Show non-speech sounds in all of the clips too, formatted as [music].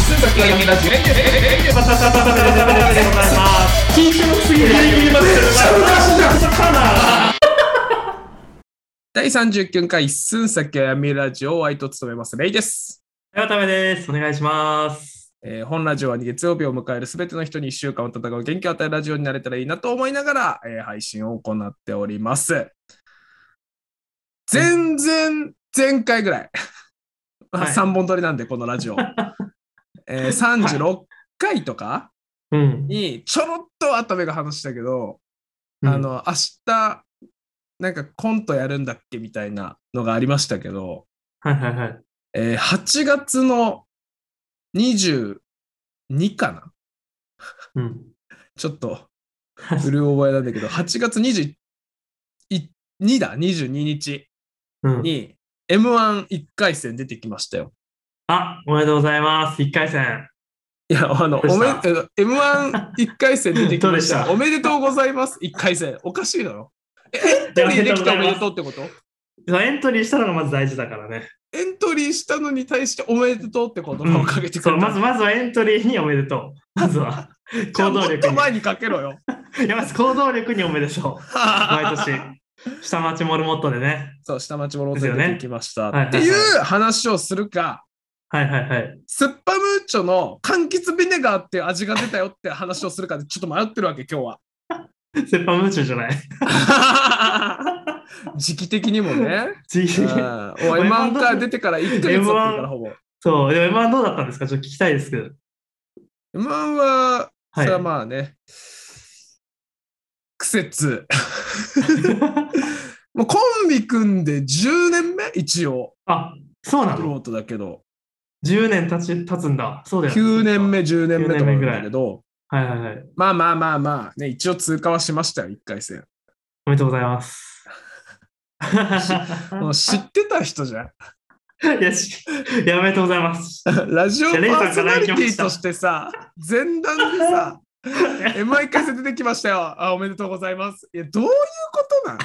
先が読み出す。バタバタバタバタバタでございます。緊張すぎる。緊張すぎる。かな。第39回、すん先が読みラジオ、相手を務めます、レイです。はためです。お願いします。えー本ラジオは月曜日を迎えるすべての人に1週間を戦う元気を与えるラジオになれたらいいなと思いながら、えー配信を行っております。全然前回ぐらい、 [laughs] まあはい3本撮りなんでこのラジオ、えー36回とかうん。にちょろっと頭が話したけど、ああの、の明日なんかコントやるんだっけみたいなのがありましたけど、はいはいはい。えー8月の22かなうん。ちょっ [laughs] と、うる覚えなんだけど、8月22だ、22日うん。に M11 回戦出てきましたよ。あ、おめでとうございます。一回戦。いや、あの、どうおめした M11 回戦出てきまし。どうでしたたおめでとうございます、1回戦。おかしいだろ。え、エントリーできたおめでとうってことエントリーしたのがまず大事だからね。エントリーしたのに対しておめでとうってことをかけてくそれう、まずた。まずはエントリーにおめでとう。まずは。じゃあ行も動っ力とに。前にかけろよ。いや、まず行動力におめでとう。毎年。下町モルモットでね。 [laughs] そう、下町物語出てきました。ですよねっていう話をするか、はいはいはい。スッパムーチョの柑橘ビネガーっていう味が出たよって話をするかでちょっと迷ってるわけ、今日セッパムーチュじゃない。 [laughs] は。時期的にもね。うんお M1 から出てから1ヶ月経ってるから、ほぼ。そう、でも M1 どうだったんですかちょっと聞きたいですけど。 M1 は、そはいれはまあね、苦節。もうコンビ組んで10年目一応、 [laughs] あ、そうなクのロートだけど、 ?10 年経ち経つんだ。そうだよね。 9年目、10年目とかなんだけど、はいはいはい。まあまあまあまあ、ね、一応通過はしましたよ、1回戦。おめでとうございます。 [laughs] もう知ってた人じゃん。 [laughs] いやし、いやおめでとうございます。ラジオパじゃあーソナリティとしてさ、前段で [laughs] さ、M1 回戦出てきましたよ。あ、おめでとうございます。いや、どういうことなん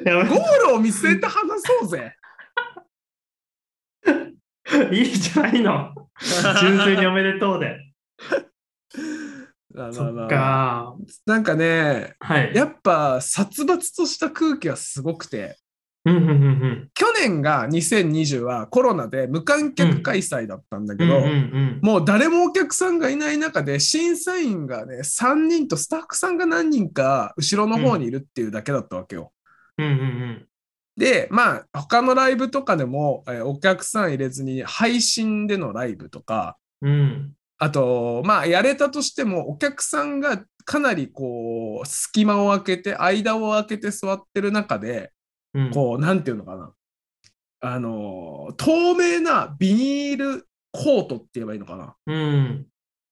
いやゴールを見据えて話そうぜ。いいじゃないの。純粋におめでとうで。ま [laughs] あまそあまあっか。なんかね、はい。やっぱ殺伐とした空気がすごくて、うんうんうん去年が2020はコロナで無観客開催だったんだうけん。うんど、うんもう誰もお客さんがいない中で審査員がね3人とスタッフさんが何人か後ろの方にいるっていうだけだったわけよ。うん。うんうんでまあ他のライブとかでも、えーお客さん入れずに配信でのライブとかうん。うん。あとまあやれたとしてもお客さんがかなりこう隙間を空けて間を空けて座ってる中でうん、こうなんていうのかなあのー透明なビニールコートって言えばいいのかなうん。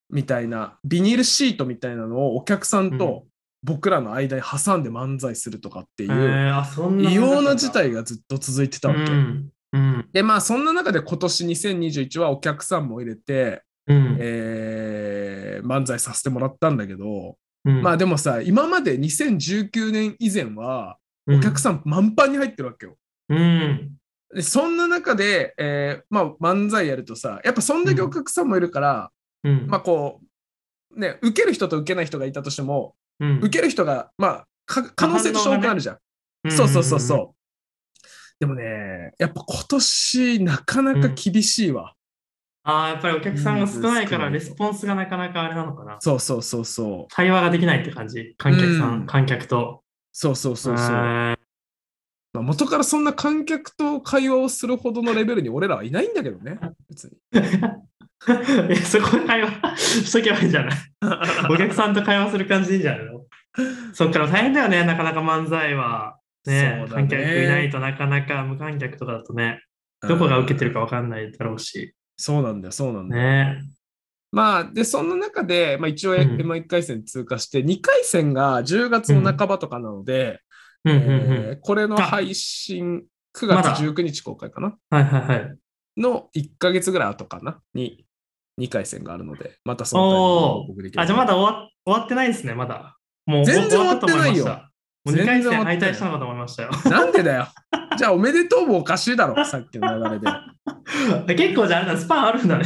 みたいなビニールシートみたいなのをお客さんと僕らの間に挟んで漫才するとかっていえうー、あ、そんな。異様な事態がずっと続いてただわっけ。た。うん。うん。でまあそんな中で今年2021はお客さんも入れて、うん。えー漫才させてもらったんだけど、うんまあでもさ今まで2019年以前はお客さん満帆に入ってるわけよ。うん。でそんな中で、えーまあ、漫才やるとさやっぱそんだけお客さんもいるから、うん。まあこうね受ける人と受けない人がいたとしてもうん受ける人が、まあ、か可能性として多くなるじゃん。そうそうそうそう。でもね、やっぱ今年なかなか厳しいわ。ああ、やっぱりお客さんが少ないから、うんレスポンスがなかなかあれなのかな。そうそうそうそう。対話ができないって感じ。観客さん、うん観客と。そうそうそうそう。まあーあ、元からそんな観客と会話をするほどのレベルに俺らはいないんだけどね。別 [laughs] に。いやそこで会話しとけばいいんじゃないお客さんと会話する感じでいいんじゃないのそっから大変だよね、なかなか漫才は。そねうだね観客いないとなかなか無観客とかだとね、どこが受けてるか分かんないだろうし。そうなんだよ、そうなんだよ。ねまあ、で、そんな中で、まあ、一応うん M1 回戦通過して、2回戦が10月の半ばとかなので、うんうんえうーこれの配信9月19日公開かな。ん。はいはいはい。の1ヶ月ぐらい後かなに2回戦があるので、またそおのタおイミングで報告できー。あ、じゃあまだだ終わ終わってないですね、まだ。もう全然終わってないよ終わったと思いましたもう2回全然終わっ戦てない敗退したのかと思いましたよ。なんでだよ。 [laughs] じ [laughs] ゃあおめでとうもおかしいだろ、さっきの流れで。結構じゃああれだ、スパンあるんだね。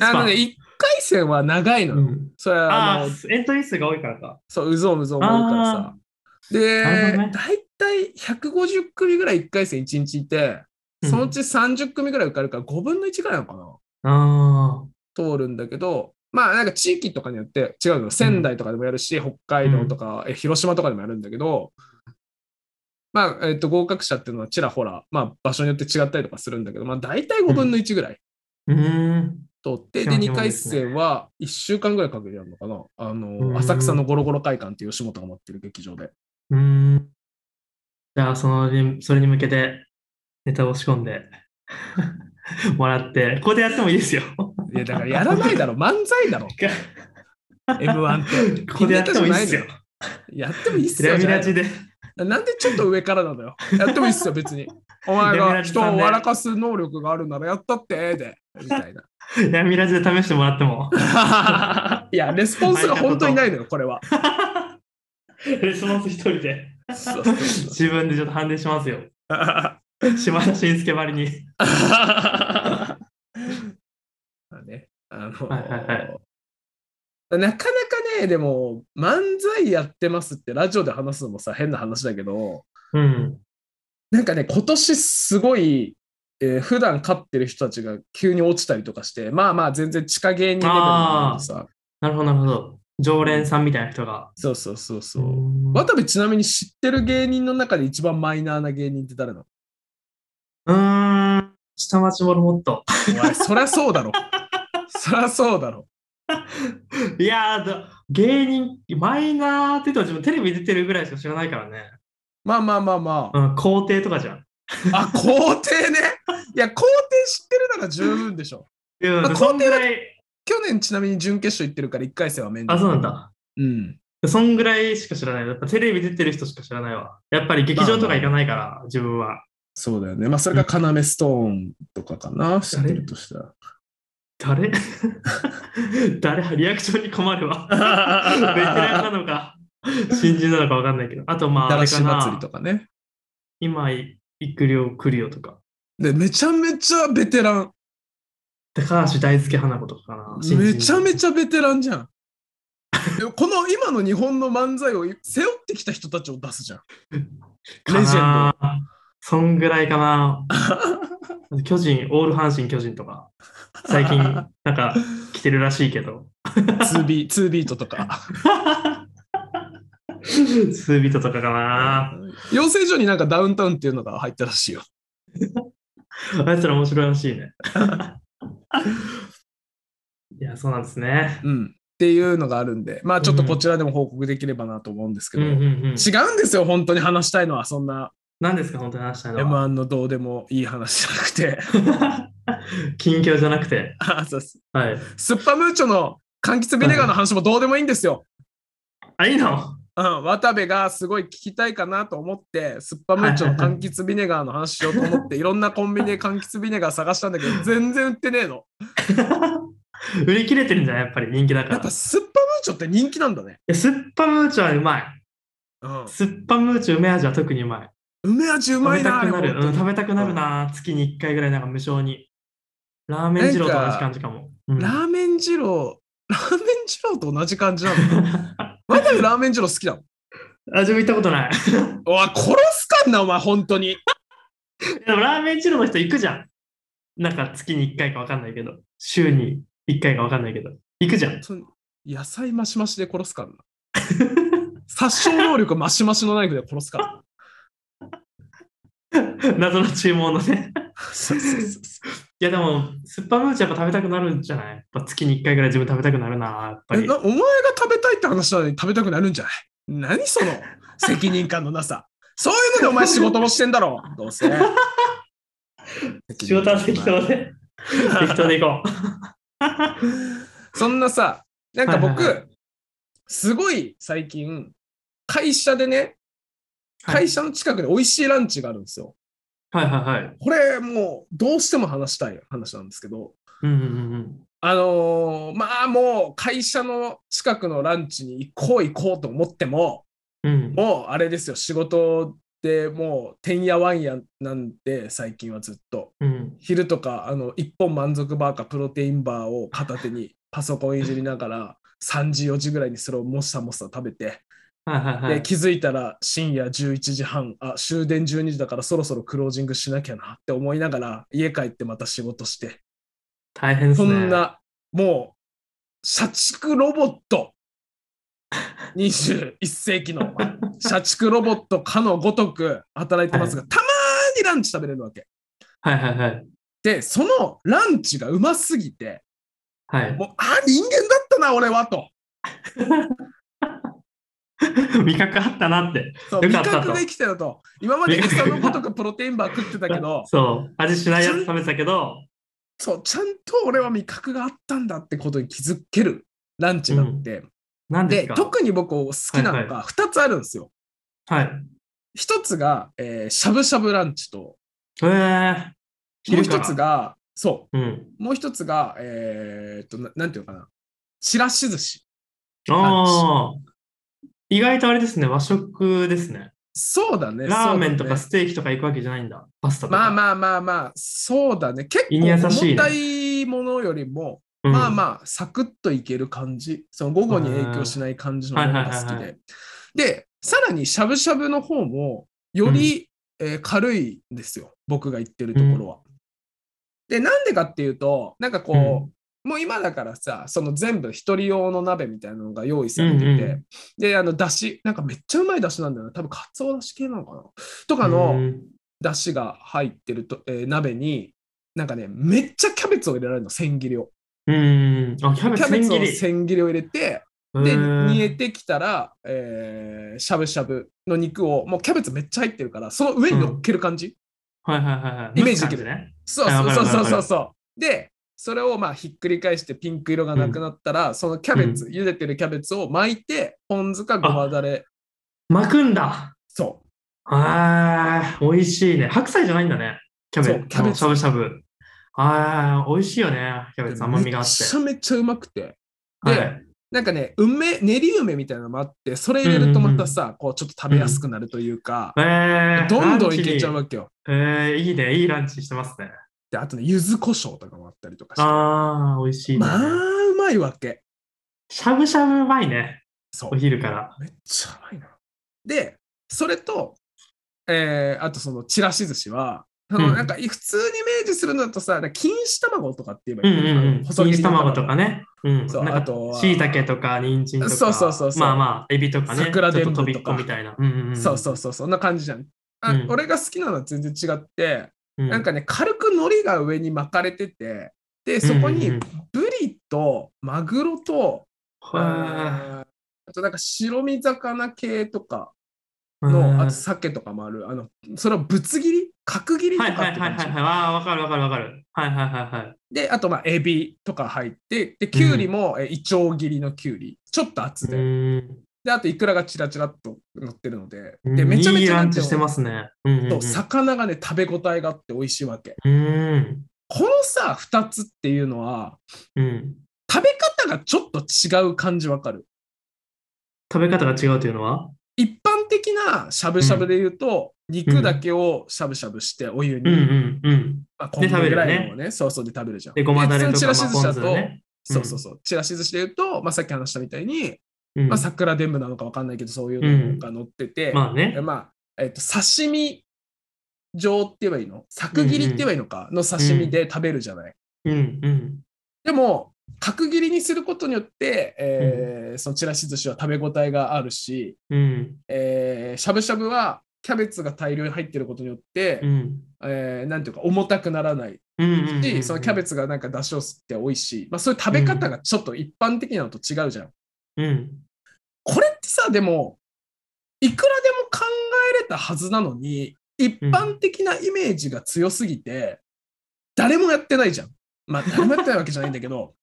あのね、1回戦は長いのうよ。んそれはああの、ーエントリー数が多いからか。そう、うぞうむぞうも多いからさ。で、なるほどね大体150組ぐらい1回戦1日いて、そのうち30組ぐらい受かるから5分の1ぐらいなのかなうん、あ通るんだけど、まあなんか地域とかによって違うの。仙台とかでもやるし、北海道とか、え広島とかでもやるんだけど、まあ、えっと、合格者っていうのはちらほら、まあ場所によって違ったりとかするんだけど、まあ大体5分の1ぐらい。ーうーん。通って、基で、本2基本回ですね戦は1週間ぐらいかけてやるのかな。あうの、ん浅草のゴロゴロ会館っていう吉本が持ってる劇場で。うーん。じゃあ、そのに、それに向けて、ネタを仕込んで [laughs] もらって、ここでやってもいいですよ。いや、だからやらない [laughs] だろ、漫才だろ、M1 って。 [laughs] ここでやってもいいですよ。やってもいいっすレよ。ミじゃないラジで。なんでちょっと上からなの [laughs] よ。やってもいいっすよ、別に。お前レミがラジ人さをんで笑かす能力があるならやったってええで、みたい [laughs] な。レミラジで試してもらっても。いや、レスポンスが本当にないのよ、これは。レスポンス一人で。そうそう [laughs] そう自分でちょっと判定しますよ。島田紳介ばりに。まあね、あのーはいはいはいなかなかね、でも、漫才やってますってラジオで話すのもさ、変な話だけど、うん。なんかね、今年すごい、えー普段飼ってる人たちが急に落ちたりとかして、まあまあ、全然地下芸人レベルなんだけどさ、なるほど、なるほど。常連さんみたいな人が。そうそうそうそうう。ん渡部ちなみに知ってる芸人の中で一番マイナーな芸人って誰なのうーん。下町モルモット。 [laughs] お前、そりゃそうだろ。そりゃそうだろ。いやーだ芸人、マイナーって言っても自分テレビ出てるぐらいしか知らないからね。まあまあまあまあう。ん、皇帝とかじゃん。あ、皇帝ね。いや、皇帝知ってるなら十分でしょ。いや、まあそんぐらい、去年ちなみに準決勝行ってるから1回戦は面あ、そうなん。だ。うん。そんぐらいしか知らない。やっぱテレビ出てる人しか知らないわ。やっぱり劇場とか行かないから、自分は。そうだよね。まあ、それが要ストーンとかかな。知ってるとしたら。誰 [laughs] 誰リアクションに困 [laughs] るわ。ベテランなのか、新人なのか分かんないけど。あと、まあ、だあられしか祭りなと。かね。今、いくりょうくりょうとか。で、めちゃめちゃベテラン。高橋大輔花子とかかな。新人めちゃめちゃベテランじゃん。 [laughs] でもこの今の日本の漫才を背負ってきた人たちを出すじゃん。レジェンかなそんぐらいかな。巨人、オール阪神巨人とか、[laughs] 最近、なんか、来てるらしいけど。ド。2B、2ビー [laughs] トとか。ツービートとかかな。養成所になんかダウンタウンっていうのが入ったらしいよ。あいつら面白いら [laughs] しいね。いや、そうなんですね。うん。っていうのがあるんで、まあちょっとこちらでも報告できればなと思うんですけうんど、うんう違ん。うんですよ、本当に話したいのは、そんな何ですか、本当に話したいのは。 M1 のどうでもいい話じゃなくて、 [laughs] [laughs] 近況じゃなくて。あそうですはい。スッパムーチョの柑橘ビネガーの話もどうでもいいんですよ。あ、いいのうん、渡部がすごい聞きたいかなと思って、スッパムーチョの柑橘ビネガーの話しようと思 [laughs] って、いろんなコンビニで柑橘ビネガー探したんだけど、全然売ってねえの。売り切れてるんじゃないやっぱり人気だやから。っいぱスッパムーチョって人気なんだね。やスッパムーチョはうまい。うん、スッパムーチョ梅味は特にうまい。梅味う食まべいたな、くなあれる。本当うん、に食べたくなるな。月に1回ぐらいなんか無償に。ラーメン二郎と同じ感じかも。うんラーメン二郎、ラーメン二郎と同じ感じなの。 [laughs] 渡部ラーメン二郎好きなのあ、自分行ったことない。 [laughs] おい、殺すかんな、お前、本当に。でもラーメン二郎の人行くじゃん。なんか月に1回か分かんないけど、週に1回か分かんないけど、行くじゃん。 [laughs] その野菜マシマシで殺すからな。殺傷能力マシマシのナイフで殺す [laughs] からな。謎の注文のね。そうそうそうそういやでも、スッパムーチョやっぱ食べたくなるんじゃないやっぱ月に1回ぐらい自分食べたくなるな、やっぱえりな。お前が食べたいって話なのに食べたくなるんじゃない何 [laughs] その責任感のなさ。そういうのでお前仕事もしてんだろどうせ。 [laughs] 仕事は適当で。 [laughs] 適当で行こ [laughs] そんなさ、なんか僕、はいはすごい最近、会社でね、はい会社の近くで美味しいランチがあるんですよ。う。 [laughs] はいはいはい。これもうどうしても話したい話なんですけど、うんうんうん。あのーまあもう会社の近くのランチに行こう行こうと思っても、うん、もうあれですよ、仕事でもうてんやわんやなんで最近はずっとうん。昼とかあの一本満足バーかプロテインバーを片手にパソコンいじりながら3時4時ぐらいにそれをもさもさ食べてはいはいはでい。気づいたら深夜11時半あ終電12時だからそろそろクロージングしなきゃなって思いながら家帰ってまた仕事して大変ですそね。ん。なもう社畜ロボット21世紀の社畜ロボットかのごとく働いてますがたまーにランチ食べれるわけはいはいはい。でそのランチがうますぎてはい。もうあ人間だったな俺はと [laughs] 味覚あったなって。 [laughs] そうよ味かったと覚が生きてると今 [laughs] まで餌のごとくプロテインバー食ってたけどそう。味しないやつ食べてたけど、そう、ちゃんと俺は味覚があったんだってことに気づけるランチがあって、何ですで、か特に僕好きなのが2つあるんですよ。はい。 1つが、えーしゃぶしゃぶランチと、えー、もう昼か1らつが、そうん。う、もう1つが、えーっとな、なんていうのかな、ちらし寿司。ああ。意外とあれですね、和食ですね。そうだね。ラーメンとかそうステーキとか行くわけじゃないんだ。パスタだねとか。まあまあまあまあ、そうだね。結構胃に優しい重ねたいものよりも、うんまあまあ、サクッといける感じ、その午後に影響しない感じのものが好はきいはいはいで。で、さらにしゃぶしゃぶの方も、より、えー軽いんですよ、僕が言ってるところは。で、なんでかっていうと、なんかこう、もう今だからさ、その全部一人用の鍋みたいなのが用意されてて、うんうで、あの、だし、なんかめっちゃうまいだしなんだよな、多分かつおだし系なのかな。とかの、うんだしが入ってると、えー鍋に、なんかね、めっちゃキャベツを入れられるの、千切りを。うん。あ、キャベキツャベ千ツ切をり。千切りを入れて、へで、ー煮えてきたら、えーしゃぶしゃぶの肉を、もうキャベツめっちゃ入ってるから、その上に乗っける感じ。はいはいはいはい。イメージできる蒸す感じね。そうあわそうかそるうそうわかるそうそう。で、それをまあひっくり返してピンク色がなくなったら、そのキャベツ、茹でてるキャベツを巻いて、ポン酢かごまだれ。巻くんだ。そああ、美味しいね。白菜じゃないんだね。キャベそうツ。キャベツしゃぶしゃぶ。ああ、美味しいよね。キャう。ベツ、甘みがあっめてち。ゃめちゃうまくて。で、はい。なんかね、梅、練り梅みたいなのもあって、それ入れるとまたさ、こうちょっと食べやすくなるというか、えー、どんどんいランチけにちゃうわけよ。えー、いいね。いいランチしてますね。で、あとね、柚子胡椒とかもあったりとかして。ああ、美味しいね。まあ、うまいわけ。しゃぶしゃぶうまいね。そうお。昼から。めっちゃうまいな。で、それと、えーあとその、ちらし寿司は、そのうんなんか普通にイメージするのだとさ、なんか錦糸卵とかって言えばういんいのうかんな、うん。細切錦り糸卵とかね。うん。そうなんかあとは椎茸とか、人参とか。そうそうそうそうまあまあ、エビとかね。桜ちでょっんぶととか飛びっこみたいな。うんうんうん。そうそうそう、そんな感じじゃん。あうん俺が好きなのは全然違って、うん。なんかね、軽く海苔が上に巻かれてて、で、そこうんうんうにんブリとマグロと、はあとなんか白身魚系とかーの、あうんと鮭とかもある、あの、それをぶつ切り角切りとはかいってはいはい感はじい。はい。ああ、わかるわかるわかる。はいはいはいはい。で、あと、まあ、エビとか入って、で、きゅうりも、えー、いちょう切りのきゅうり、ちょっと厚うで、ーん。で、あと、いくらがチラチラっと乗ってるので、うんで、めちゃめいいちゃラなんンていチうしてますね。うんうんのうん。そう魚がね、食べ応えがあって美味しいわけ。うーん。このさ、二つっていうのは、うん。食べ方がちょっと違う感じわかる。食べ方が違うというのは一般的なしゃぶしゃぶで言うと、肉だけをしゃぶしゃぶして、お湯うに、んうんうん。まあ、コンビで食べニぐるよらねいのをね、そうそうで食べるじゃん。で、ごまだれとで普通のか、まあちらし寿司ポンだ酢と、だね。そうそうそう、ちらし寿司で言うと、まあ、さっき話したみたいに、うんまあ、桜でんぶなのか分かんないけど、そういうのが乗ってて、まあえね。まあ、えっと、刺身状って言えばいいの角切りって言えばいいのかの刺身で食べるじゃない。うんうん。でも、角切りにすることによって、えーそのちらし寿司は食べ応えがあるし、うんえーしゃぶしゃぶはキャベツが大量に入ってることによって、うん。えーなんていうか重たくならないうんうんうんし、うん。そのキャベツがなんか出汁を吸って美味しい、まあ、そういう食べ方がちょっと一般的なのと違うじゃん。うん。これってさでもいくらでも考えれたはずなのに一般的なイメージが強すぎて、誰もやってないじゃんまあ誰もやってないわけじゃないんだけ [laughs] ど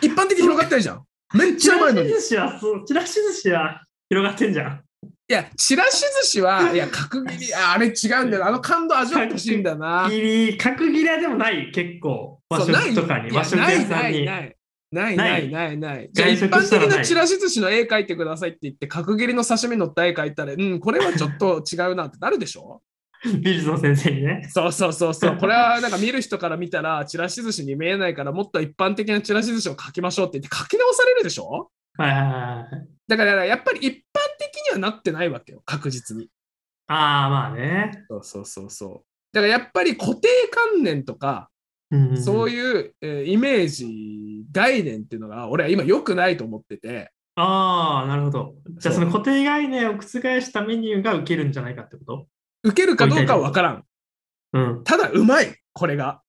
一般的に広がってるじゃんめっちちゃらうまいのしにい寿司は、そう、ちらし寿司は広がってんじゃん。やちらし寿司はいや角切りああれ違うんだよあの感動味わってほしいんだよな切り、角切れでもない、結構。和そうない食とかに、いや和食な屋いさなんいに。ないないなないいないない。じゃあ外一食般したら的ないなちらし寿司の絵描いてくださいって言って、角切りの刺身の絵描いたら、うん、これはちょっと違うなってなるでし [laughs] ょ美術の先生にね。そうそうそうそう。これはなんか見る人から見たら、ちらし寿司に見えないから、もっと一般的なちらし寿司を描きましょうって言って書き直されるでしょはいはいはいはい。だからやっぱり一般的にはなってないわけよ、確実に。ああ、まあね。そうそうそうそう。だからやっぱり固定観念とか、うんそうう。いう、えーイメージ、概念っていうのが、俺は今良くないと思ってて、ああ、なるほど。じゃあそそうの固定概念を覆したメニューが受けるんじゃないかってこと受けるかどうかは分からん。うん。ただ、うまい、これが。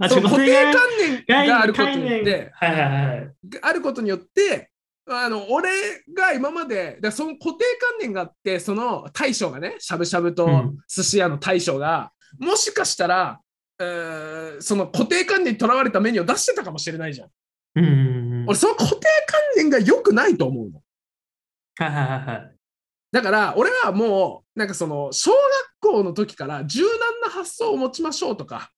あそう固定観念概念があることによって、はいはいはい。あることによって、あの俺が今まで、だからその固定観念があって、その大将がね、しゃぶしゃぶとうん寿司屋の大将が、もしかしたら、えーその固定観念にとらわれたメニューを出してたかもしれないじゃん。うんうんうん。俺、その固定観念が良くないと思うの。はいはいはいはい。だから、俺はもう、なんかその、小学校の時から柔軟な発想を持ちましょうとか、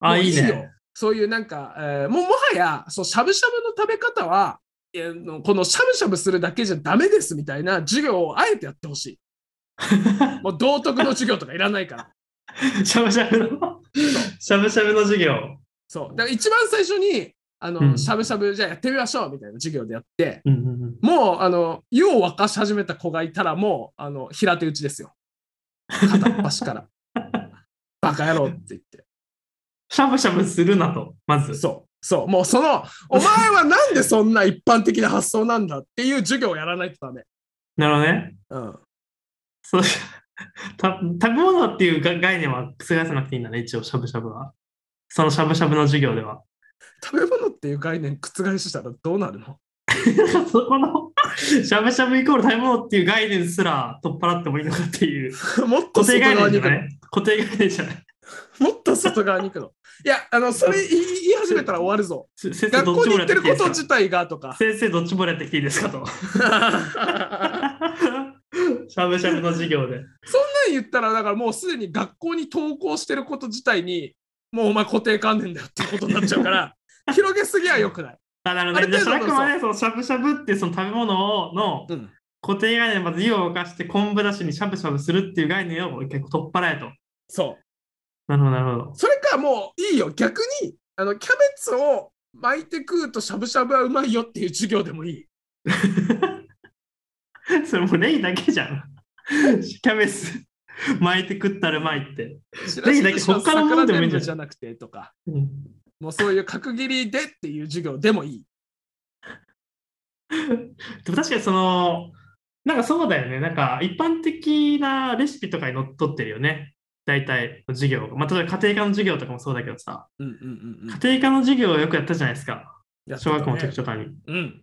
ああ、もういいいいよね。そういうなんか、えーもうもはやそうしゃぶしゃぶの食べ方は、えーのこのしゃぶしゃぶするだけじゃダメですみたいな授業をあえてやってほしい。もう道徳の授業とかいらないから。しゃぶしゃぶの、しゃぶしゃぶの授業。そうだから一番最初にあの、うんしゃぶしゃぶじゃあやってみましょうみたいな授業でやって、うんうんうん。もうあの湯を沸かし始めた子がいたらもうあの平手打ちですよ。片っ端 [laughs] から。バカ野郎って言って。しゃぶしゃぶするなと、まず。そう。そう。もうその、お前はなんでそんな一般的な発想なんだっていう授業をやらないとダメ。なるほどね。うん。そう [laughs] た食べ物っていうが概念は覆さなくていいんだね、一応、しゃぶしゃぶは。そのしゃぶしゃぶの授業では。 [laughs] 食べ物っていう概念覆したらどうなるの [laughs] そこのしゃぶしゃぶイコール食べ物っていう概念すら取っ払ってもいいのかっていう。もっと固定外概側念に行じゃくなの。い固定概念じゃない。もっと外側に行くの。いや、あの、それ言い言い始めたら終わるぞ。せ先生、学 [laughs] どっ校ちに行もやっっててるきていこといですか自体がとか。先生、どっちもやってきていいです [laughs] かと。しゃぶしゃぶの授業で。そんなん言ったら、だからもうすでに学校に登校してること自体に、もうお前固定観念だよってことになっちゃうから、 [laughs] 広げすぎは良くない。あ、なるほあど、るね。程じゃ度あ、あくまでそのしゃぶしゃぶってその食べ物のうん。固定概念、まず湯を沸かして昆布だしにしゃぶしゃぶするっていう概念を結構取っ払えと。そう。なるほど、なるほど。それかもういいよ。逆に、あの、キャベツを巻いて食うとしゃぶしゃぶはうまいよっていう授業でもいい。 [laughs] それもうネギだけじゃん。キャベツ巻いて食ったらうまいって。白石だけ寿司のそっから [laughs] もんでもいいんじゃ桜全部んじゃなくてとか、うんもうそういう角切りでっていう授業でもいい。でも確かにその、なんかそうだよね。なんか一般的なレシピとかにのっとってるよね。大体の授業が。まあ、例えば家庭科の授業とかもそうだけどさ、うんうんうんうん。家庭科の授業をよくやったじゃないですか。やってた小ね学校の時とかに。うん。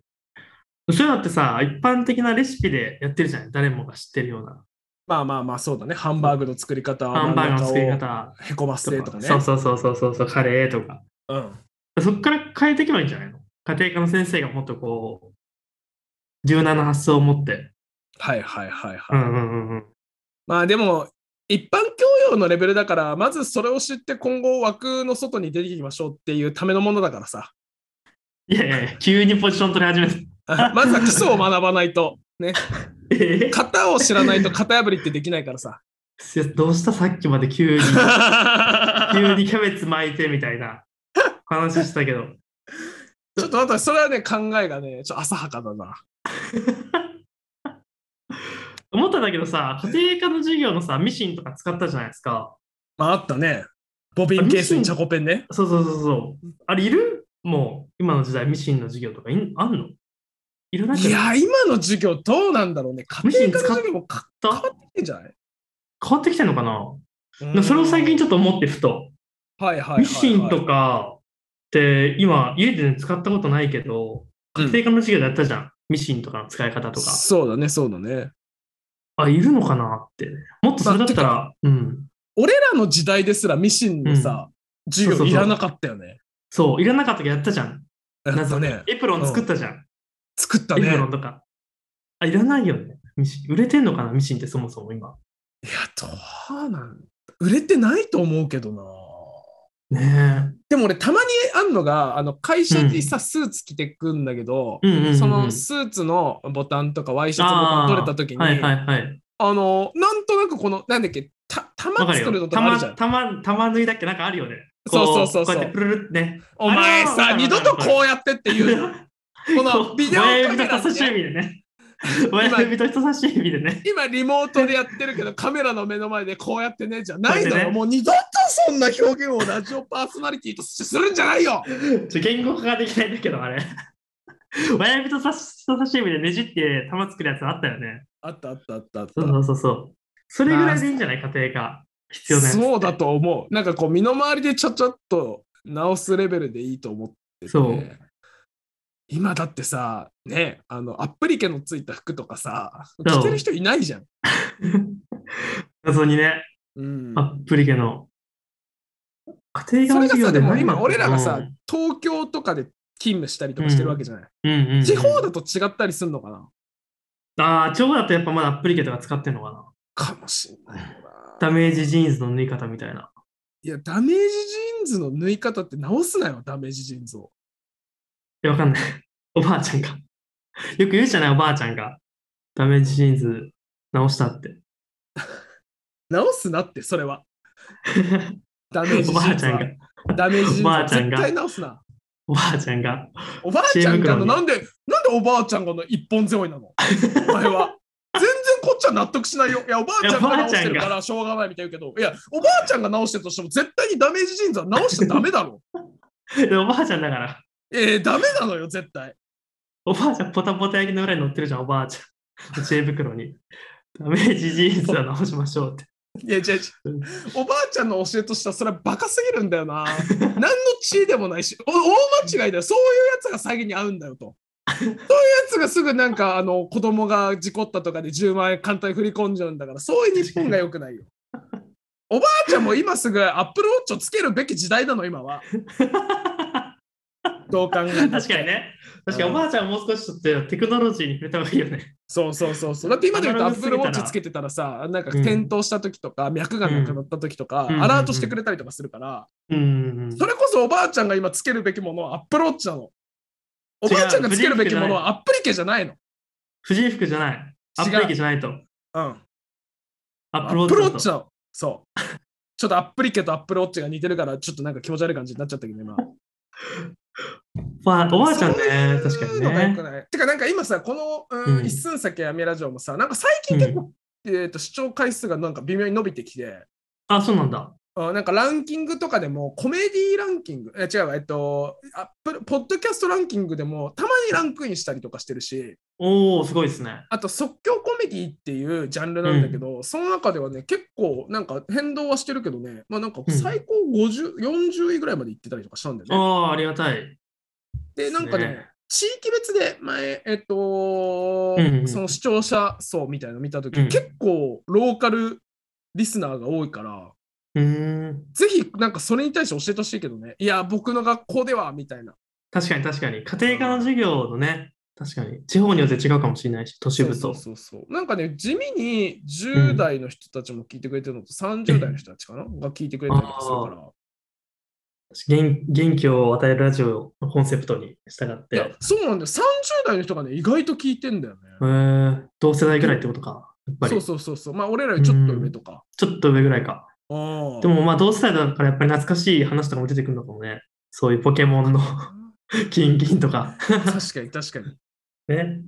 そういうのってさ、一般的なレシピでやってるじゃない誰もが知ってるような。まあまあまあ、そうだね。ハンバーグの作り方ハンバーグの作り真ん中方をへこませてととか。かね。そうそうそうそうそうそう、カレーとか。うん。そこから変えていけばいいんじゃないの家庭科の先生がもっとこう、柔軟な発想を持って。はいはいはいはうい。んうんうんうん。まあでも、一般教養のレベルだから、まずそれを知って今後枠の外に出ていきましょうっていうためのものだからさ。 [laughs] いやいやいや、急にポジション取り始めた。まずは基礎を学ばないと。ね。え型を知らないと型破りってできないからさ。ーいやどうしたさっきまで急 [laughs] に、急にキャベツ巻いてみたいな話したけど。ちょっと待って、それはね、考えがね、ちょっと浅はかだな。思ったんだけどさ、家庭科の授業のさ、ミシンとか使ったじゃないですか。まあ、あったね。ボビンケースにチャコペンね。そうそうそうそう。あれいるもう、今の時代ミシンの授業とかいんあんのいらないいや、今の授業どうなんだろうね。家庭科の授業もか変変わってんじゃないわってきてんのかなうでんそれを最近ちょっと思ってふと。はいはいはいはいミシンとかって今家で使ったことないけど、うん家庭科の授業でやったじゃん。ミシンとかの使い方とか。そうだね、そうだね。あ、いるのかなって。もっとそれだったら、うん。俺らの時代ですらミシンのさ、授そうそうそ業ういらなかったよね。そう、いらなかったけどやったじゃん。やったね。エプロン作ったじゃん。作ったエプね。いロンとか。あ、いらないよね。ミシン。売れてんのかなミシンってそもそも今。や、どうなん売れてないと思うけどな。ねでも俺、たまにあんのが、あの会社にさ、スーツ着てくんだけど、え。うんうんうんうんそのスーツのボタンとかワイシャツのボタン取れた時に、あーはいはいはい。あの、なんとなくこの、なんだっけ、た、わか玉る作るのよ。とたかあるま、じゃん。たま、たま縫いだっけなんかあるよね。そうこそうそうそうこうやってプルルってね。お前あさ、れは二度とこうやってって言うな。このビデオカ親メ指とラ人差しで、指で [laughs] ね。親指と人差し指でね。今リモートでやってるけど、カメラの目の前でこうやってね、じゃないのこうやってよ。ねもう二度とそんな表現をラジオパーソナリティとしてするんじゃないよちょ言語化ができないんだけど、あれ。親指と人差し人差し指でねじって玉作るやつあったよね。あったあったあったあっそうた。そうそうそう。それぐらいでいいんじゃない家庭が必要なやつって。そうだと思う。なんかこう、身の回りでちょちょっと直すレベルでいいと思ってて。そう今だってさ、ね、あの、アップリケのついた服とかさ、そう着てる人いないじゃん。謎にね、うんアップリケの。家庭そがれが授さ、業ででも何今、やって俺んのらがさ、、東京とかで勤務したりとかしてるわけじゃない。うんうんうん地方だと違ったりするのかなああ、地方だとやっぱまだアップリケとか使ってんのかな。かもしんないよな。ダメージジーンズの縫い方みたいな。いや、ダメージジーンズの縫い方って直すなよ、ダメージジーンズを。いや、わかんない。 [laughs] おばあちゃんが。よく言うじゃない、おばあちゃんが。ダメージジーンズ直した [laughs] って。直すなって、それは。ダメージジおばーあンズちゃんがは。、ダメージジおばーンあズちゃはん絶が対直すな。おばあちゃんが。おばあちゃんが知恵袋のになんで、なんでおばあちゃんがの一本背負いなのお前は。全然こっちは納得しないよ。いや、おばあちゃんが直してるからしょうがないみたいな言うけど、いや、おばあちゃんが直してるとしても絶対にダメージジーンズは直しちゃダメだろ。 [laughs] でおばあちゃんだから。えー、ダメなのよ、絶対。おばあちゃん、ポタポタ焼きの裏に乗ってるじゃん、おばあちゃん。知恵袋に。ダメージジーンズは直しましょうって。いや、違う違うおばあちゃんの教えとしては、それはバカすぎるんだよな。何の知恵でもないし、お大間違いだよ。そういうやつが詐欺に合うんだよと。そういうやつがすぐなんか、あの、子供が事故ったとかで10万円簡単に振り込んじゃうんだから、そういう日本が良くないよ。おばあちゃんも今すぐアップルウォッチをつけるべき時代なの、今は。どう考 [laughs] えたって確かにね。確かにおばあちゃんもう少しちょっとテクノロジーに触れた方がいいよね。そうそうそうそう。だって今で言うとアアナッログプすルぎウたォらッチつけてたらさ、なんかうん転倒した時とか、脈がなくなった時とか、うんアラートしてくれたりとかするから、うんうんそれこそおばあちゃんが今つけるべきものはアップルウォッチなの。おばあちゃんがつけるべきものはアップリケじゃないの。婦人服じゃない。アップリケじゃないと。うん。アアップルッウォッチプだルウォとッチなの。そう。 [laughs] ちょっとアップリケとアップルウォッチが似てるから、ちょっとなんか気持ち悪い感じになっちゃったけど、今。まあ、おばあちゃんそういね、確かにうのがよねく。ない。てか、なんか今さ、この、うんうん一寸先やめラジオもさ、なんか最近結構、えー、と視聴回数がなんか微妙に伸びてきて、あ、そうなんだ。あなんかランキングとかでもコメディランキング、え違うわ、えっと、アップルポッドキャストランキングでもたまにランクインしたりとかしてるし、おお、すごいですね。あと即興コメディっていうジャンルなんだけど、その中ではね、結構なんか変動はしてるけどね、まあなんか最高50、40位ぐらいまで行ってたりとかしたんだよあね。あ、ありがたい。で、なんかね、ね地域別で前、えっと、うんうんその視聴者層みたいなの見たとき、うん結構ローカルリスナーが多いから、うーん。ぜひ、なんかそれに対して教えてほしいけどね。いや、僕の学校では、みたいな。確かに確かに。家庭科の授業のね、確かに。地方によって違うかもしれないし、都市部そとう。そうそうそう。なんかね、地味に10代の人たちも聞いてくれてるのと、30代の人たちかなが聞いてくれたりとかするから。元元気を与えるラジオのコンセプトに従っいて。や、そうなんだよ。30代の人がね、意外と聞いてんだよね。えー、同世代ぐらいってことか。やっぱそうり。そうそうそう。まあ、俺らよりちょっと上とか。ちょっと上ぐらいか。ああで、もまあ同世代だからやっぱり懐かしい話とかも出てくるのかもね。そういうポケモンの [laughs] キンキンとか。 [laughs] 確かに確かに。ね。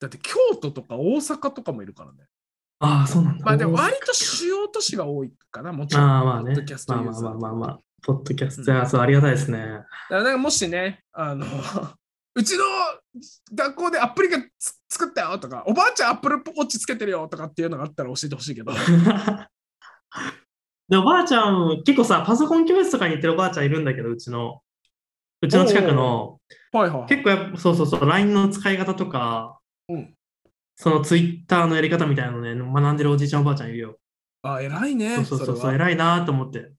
だって、京都とか大阪とかもいるからね。ああ、そうなんだ。まあ、でも割と主要都市が多いかな、もちろん。ああ、まあポねッドキャス。トまあユーまあザーまあまあまあ。ポッドキャスト、あそう、ありがたいですね。 [laughs] だからなんかもしね、あの、 [laughs] うちの学校でアップリケつ作ったよとか、おばあちゃんアップルウォッチつけてるよとかっていうのがあったら教えてほしい [laughs] けど、で、おばあちゃん、結構さ、パソコン教室とかに行ってるおばあちゃんいるんだけど、うちの。うちの近くの、はいはい。結構やっぱ、そうそうそう、LINE の使い方とか、うんその Twitter のやり方みたいなのね、学んでるおじいちゃんおばあちゃんいるよ。あ、偉いね。そうそうそう、そそうれは偉いなと思って。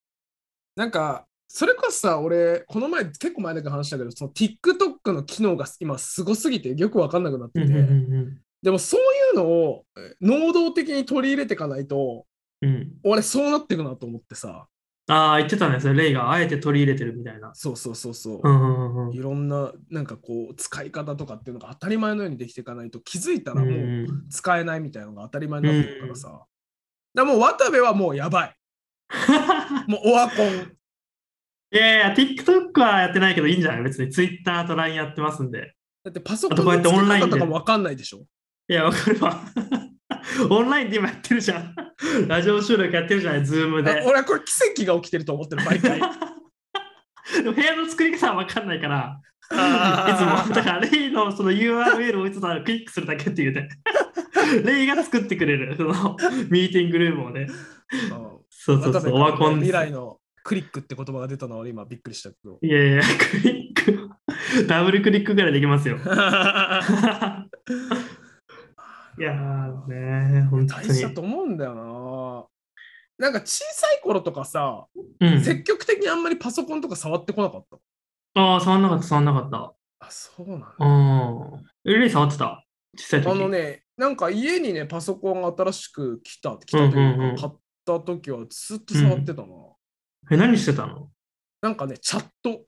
なんか、それこそさ、俺、この前、結構前だけど話したけど、その TikTok の機能が今すごすぎてよくわかんなくなってうんて、うんうんでもそういうのを能動的に取り入れていかないと、うん。うん俺そうなっていくなと思ってさ、ああ、言ってたね。それ、レイがあえて取り入れてるみたいな。そうそうそうそう。うんうんうんいろんな、なんかこう、使い方とかっていうのが当たり前のようにできていかないと、気づいたうらん。もううんうん [laughs] 使えないみたいなのが当たり前になってるからさ。だからもう渡部はもうやばい。もうオワコン。いやいや、TikTok はやってないけどいいんじゃない別に Twitter と LINE やってますんで。だってパソコあとこうンやのって付オけンライ方ンでとかもわかんないでしょ。いや、わかるわ。 [laughs] オンラインで今やってるじゃん。 [laughs] ラジオ収録やってるじゃない、Zoom あで。俺はこれ奇跡が起きてると思ってる、毎回。 [laughs] でも部屋の作り方はわかんないから、あーいつも、だから、レイのその URL をいつもクリックするだけっていうね。 [laughs] レイが作ってくれる、そのミーティングルームをね。うんそうそう渡そ部う、オワコからンで未。す来のクリックって言葉が出たのは俺今びっくりしたけど。いやいや、クリック、ダブルクリックぐらいできます [laughs] よ。いやーね、本当大事だに。と思うんだよな。なんか小さい頃とかさ、うん、積極的にあんまりパソコンとか触ってこなかった。ああ、触んなかった、触んなかった。あ、そうなんだ。うん。えレイ触ってた小さい時あのね、なんか家にね、パソコンが新しく来た、来たというか、うんうんうん買った時はずっと触ってたな。え、何してたのなんかね、チャット、へ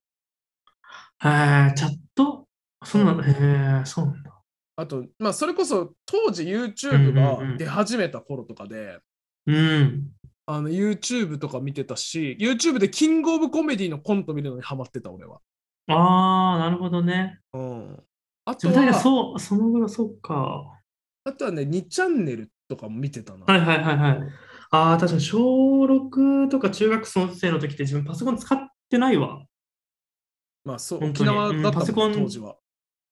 え、チャットそうなんだ。へえ、そうなんだ。あと、まあ、それこそ当時 YouTube うんうんうがん出始めた頃とかで、うん。あの YouTube とか見てたし、YouTube でキングオブコメディのコント見るのにハマってた、俺は。ああ、なるほどね。うん。あでとも確かには、そう、そのぐらい、そっか。あとはね、2チャンネルとかも見てたな。はいはいはいはい。ああ、確かに小6とか中学生の時って自分パソコン使ってないわ。まあそう、本沖当に縄だったうんパソもコん、ン当時は。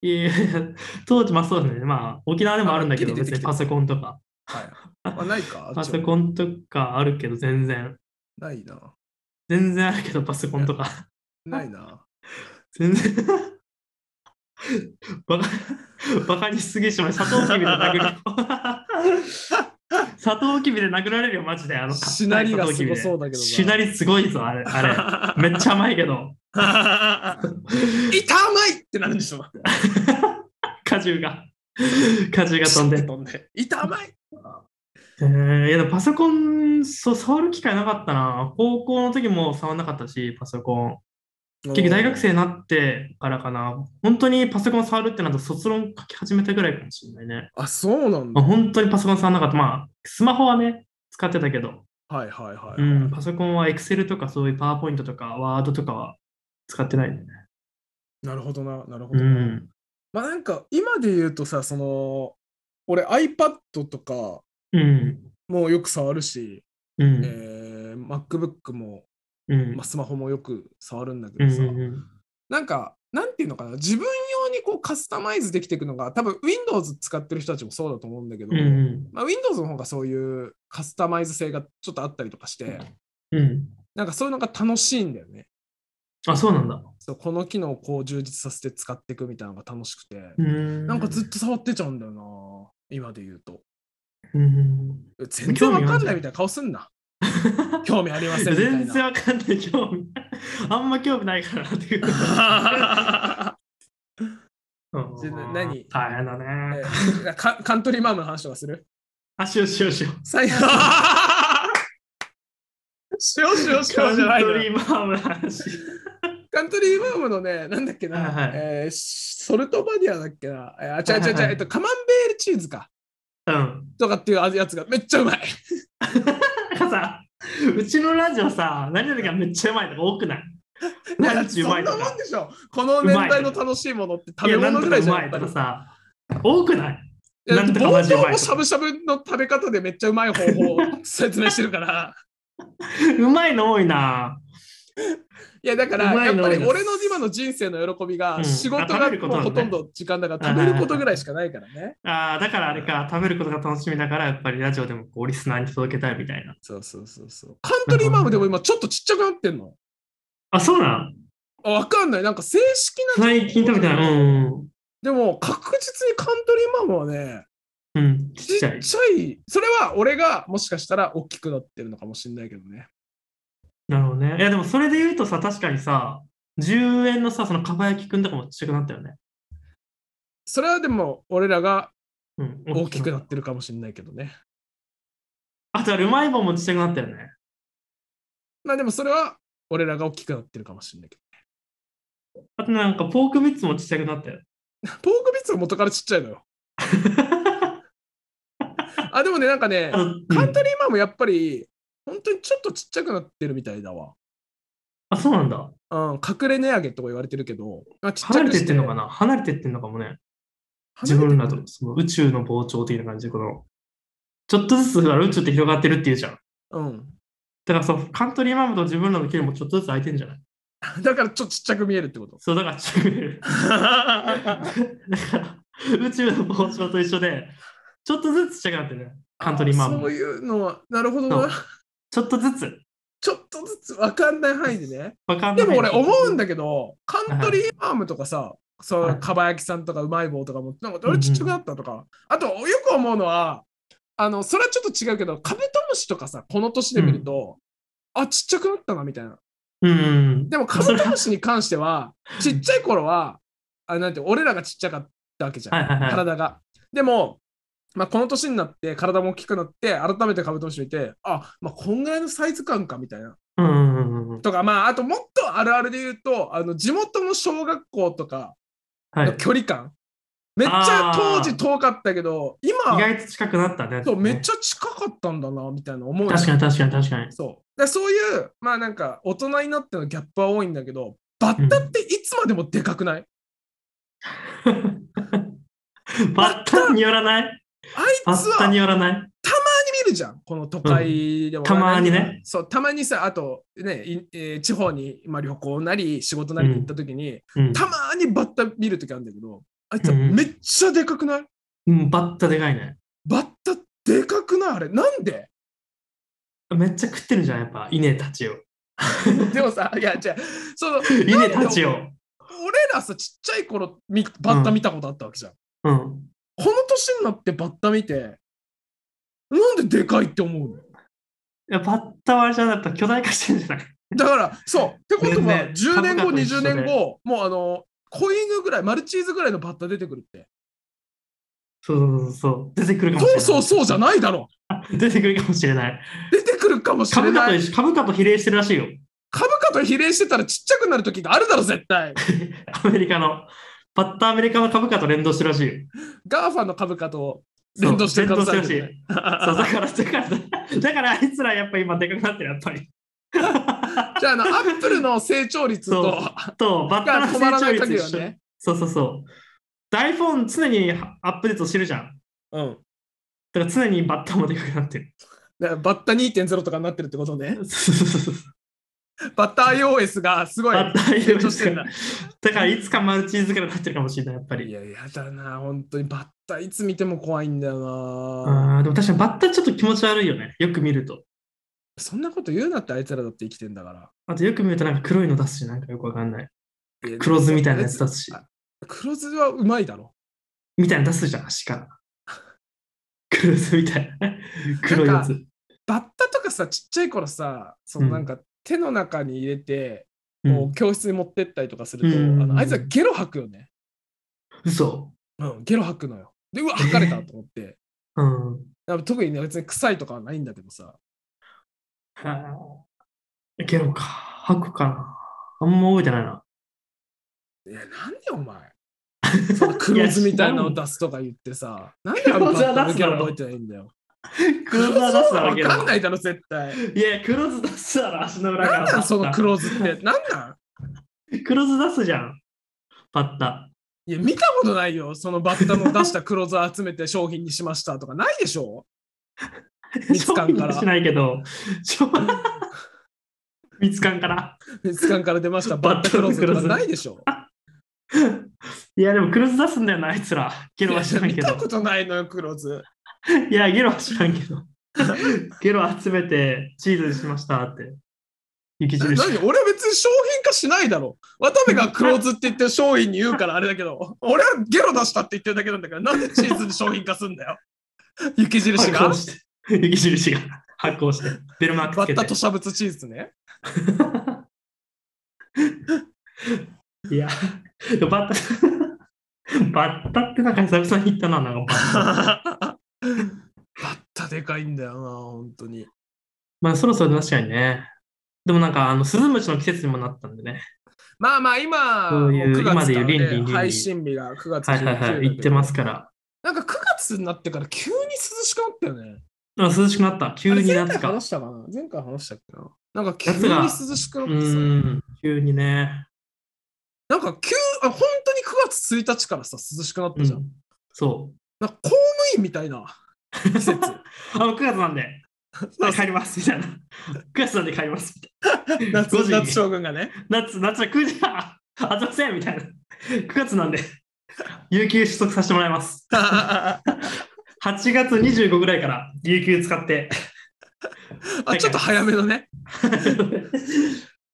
いやいやいや当時、まあそうですね。まあ、沖縄でもあるんだけど、あギリ出別てきにてるパソコンとか。はい。あ、ないか。 [laughs] パソコン。ンとかあるけど、全然。ないな。全然あるけど、パソコンとか。ないな。全然。 [laughs] バカ、バカにしすぎしました。サトウキビで殴る。 [laughs] サトウキビで殴られるよ、マジで。あの、しなりが硬いサトウキビですごそうだけどなしなりすごいぞ、あれ。あれ。めっちゃ甘いけど、 [laughs] 痛まいってなるんでしょ。果汁が。果汁が飛んで。飛んで。痛まいえー、いやでもパソコンそう触る機会なかったな。高校の時も触んなかったし、パソコン。結局大学生になってからかな。本当にパソコン触るってなると卒論書き始めたぐらいかもしれないね。あ、そうなんまあ、だ。本当にパソコン触んなかった。まあ、スマホはね、使ってたけど、はいはいはうい。ん、パソコンは Excel とかそういう PowerPoint とか Word とかは使ってないね。なるほどな、なるほうどな。ん。まあなんか今で言うとさ、その、俺 iPad とかうん。もよく触るし、うん。えー MacBook も、うんまあ、。スマホもよく触るんだけどうんさ、なんか、なんていうのかな、自分用にこうカスタマイズできていくのが、多分 Windows 使ってる人たちもそうだと思うんだけど、うん。うん。まあ、Windows の方がそういうカスタマイズ性がちょっとあったりとかして、うん。なんかそういうのが楽しいんだよね。あ、そうなんだ。そうこの機能をこう充実させて使っていくみたいなのが楽しくて、うん。なんかずっと触ってちゃうんだよな、今で言うと。うん。全然わかんないみたいな顔すんな。興味ありませんみたいな。全然わかんない興味あんま興味ないからなって [laughs] いう、うん何大変だねえカカントリーマームの話とかす [laughs] るあしようしようしよう最後。しようしようしようじゃカなンいトのリよーマームの話カントリーマームのね、なんだっけな、はいはいえーソルトバディアだっけな、えーあ、違う違う違う、はいはいえっと、カマンベールチーズか、うんとかっていうやつがめっちゃうまい。 [laughs] なんかさうちのラジオさ何々がめっちゃうまいとか多くない何ちゅうまいとそんなもかんでしょ。この年代の楽しいものって食いべやなん物とぐらかいうじゃまやっいぱとりか。さ多くないいやだってなんとかマ冒ジうまい頭もしゃぶしゃぶの食べ方でめっちゃうまい方法を説明してるから。うまいの多いないやだからうまやいっのぱ多いりな俺の今の人生の喜びうがん仕あ事食べがるこもとうなんほだねとんど時間だから食べることぐらいしかないからね。あーだからあれか食べることが楽しみだからやっぱりラジオでもこうリスナーに届けたいみたいなそうそうそうそう。カントリーマームでも今ちょっとちっちゃくなってんの。あそうなんあわかんない。なんか正式な。最近食べてないうんでも確実にカントリーマームはね、うん、ちちっっちちゃゃいい。。それは俺がもしかしたら大きくなってるのかもしれないけどね。なるほどね。いや、でもそれで言うとさ、確かにさ、10円のさ、そのかば焼きくんとかもちっちゃくなったよね。それはでも俺らがうん、大きくなた。ってるかもしれないけどね。あとはうまい棒もちっちゃくなったよね。まあでもそれは俺らが大きくなってるかもしれないけあとなんかポークビッツもちっちゃくなったよ。ど。ポークビッツは元からちっちゃいのよ。 [laughs] あ、でもね、なんかねあ、とうんカントリーマンもやっぱり、本当にちょっとちっちゃくなってるみたいだわ。あ、そうなんだ。うん、隠れ値上げとか言われてるけど、まあ、ちっちゃ離れくてしっててんのかな離れてってんのかもね。離自れて分らとその宇宙の膨張的な感じで、この、ちょっとずつほら宇宙って広がってるっていうじゃん。うん。 [laughs] だからそう、カントリーマムと自分らの距離もちょっとずつ空いてんじゃないだからちょっとちっちゃく見えるってこと。そう、だからちっちゃく見えるだから、宇宙の膨張と一緒で、ちょっとずつちっちゃくなってるね。カントリーマムそもう。いうのは、なるほどそなう。ちょっとずつ。ちょっとずつ分かんない範囲でね。わかんでない。も俺思うんだだけど、カントリーマームとかさ、そはう、いかば焼きさんとかうまい棒とかも、なんか俺ちっちゃくなったとか、あとよく思うのは、あの、それはちょっと違うけど、カブトムシとかさ、この年で見ると、あ、ちっちゃくなったな、みたいな。うん。でもカブトムシに関して [laughs] は、ちっちゃい頃は、あなんて俺らがちっちゃかったわけじゃん、はいはいはい。体が。でも、まあ、この年になって体も大きくなって、改めてカブトムシ見て、あ、まあ、こんぐらいのサイズ感かみたいな。うんうんうんうん。とか、まあ、あともっとあるあるで言うと、あの地元の小学校とかはい。の意距離感、めっちゃあ当ー時遠かったけど、今、外と近くなったね。そうめっちゃ近かったんだなみたいな思うよね。確かに確かに確かに。そう。でそういう、まあなんか、大人になってのギャップは多いんだけど、バッタっていつまでもでかくない、 [laughs] バッタによらないあバいつッはタたまにによらない見るじゃん、この都会でも。たまにね。そう、たまにさ、あとね、いえー地方に、まあ、旅行なり、仕事なりに行った時に、うんたまにバッタ見る時あるんだけど、あいつはうんうんめっちゃでかくない、うん、バッタでかいね。バッタでかくないあれ、なんで [laughs] めっちゃ食ってるじゃん、やっぱ、稲たちを。でもさ、いや、じゃあその、稲たちを。俺らさ、ちっちゃい頃、みバッタ見たことあったわけじゃん。うん。この年になってバッタ見て、なんででかいって思うのいやバッタはあれじゃん、やっぱ巨大化してるんじゃないだから、そう。ってこと全は、10然年後、株価と一緒20で年後、もうあの、子犬ぐらい、マルチーズぐらいのバッタ出てくるって。そうそうそうそう。出てくるかそもしれなうい。そうそうじゃないだろ。 [laughs] 出てくるかもしれない。出てくるかもしれ株価なとい。一緒株価と比例してるらしいよ。株価と比例してたらちっちゃくなる時があるだろ、絶対。アメリカの。バッタアメリカの株価と連動してるらしいよ。ガーファの株価とそう連動してる可能性あるよね連動してらし [laughs] いそうだから、だから、 [laughs] だからあいつらやっぱ今でかくなってる、やっぱり。 [laughs] じゃああの、アップルの成長率とそうと、バッタのが止まらな成い長率限りは一緒。ね。そうそうそう。iPhone 常にアップデートしてるじゃん。うん。だから常にバッタもでかくなってる。だからバッタ2.0とかになってるってことね。そうそうそうそうバッタ iOS がすごいバッタ成長してるんだ。だからいつかマルチーズからなってるかもしれない、やっぱいり。や、やだな、本当にバッタいつ見ても怖いんだよな。あーでも確かにバッタちょっと気持ち悪いよね。よく見ると。そんなこと言うなってあいつらだって生きてんだから。あとよく見るとなんか黒いの出すし、なんかよくわかんない。いや黒酢みたいなやつ出すしあ。黒酢はうまいだろ。みたいなの出すじゃん、足から。黒酢みたい [laughs] な。黒いやつ。バッタとかさ、ちっちゃい頃さ、そのなんか手の中に入れて、うこんう、教室に持ってったりとかすると、うんあのあいつはゲロ吐くよね。嘘。うん、ゲロ吐くのよ。で、うわ、吐かれたと思って。うん。なんか特にね、別に臭いとかはないんだけどさ。あーゲロか。吐くかな。あんま覚えてないな。いや、なんでお前。その黒酢みたいなのを出すとか言ってさ。なんであのバ黒酢ッはタの出すゲだロろ覚えてないんだよ。黒酢は出すだろ、わゲロは。かんないだろ、絶対。いや、黒酢出すだろ、足の裏かなんら。なんその黒黒酢って。なんなん酢出すじゃん。パッタ。いや、見たことないよ。そのバッタの出した黒酢集めて商品にしましたとかないでしょ [laughs] 見つかんから商品にしないけど。しょ [laughs] 見つかんから。別館から出ましたバッタ黒酢とかないでしょいや、でも黒酢出すんだよな、あいつら。ゲロは知らん見けたどこ。とないのよ、黒酢。いや、ゲロは知らんけ [laughs] ど。ゲロ集めてチーズにしましたって。雪何印。俺別に商品化しないだろ。渡部が黒酢って言ってる商品に言うからあれだけど、 [laughs] 俺はゲロ出したって言ってるだけなんだから、なんでチーズに商品化すんだ [laughs] よ。雪印が発酵。して。雪印が発酵して。ベルマークバつけッタて吐。砂物チーズね。 [laughs] [laughs] いや、バッタ、 [laughs] バッタってなんか久々に言ったな、なんかバッタ。バッタでかいんだよな、本当に。まあそろそろ確かにね。でもなんか、あの、スズムシの季節にもなったんでね。まあまあ今、そういう9月今でいかうらね倫理倫理配信日が9月はいはいはい、行ってますら。から。なんか9月になってから急に涼しくなったよね。あ涼しくなった。急あれに前夏回か話。したかな前回話したっけななんか急に夏が涼しくなうってさ。ん、急にね。なんか急、あ、本当に9月1日からさ、涼しくなっうたじゃん。ん、そなんか公務員みたいな季節。う。あ、もう9月なんで、はい帰ります、みたいな。9月なんで帰ります、みたいな。 [laughs] 夏5時に夏将軍が [laughs] ね。夏、夏、9時だあざせんみたいな。9月なんで、有給取得させてもらいます。あ、 8月25ぐらいから、有給使って。 [laughs] ちょっと早めのね。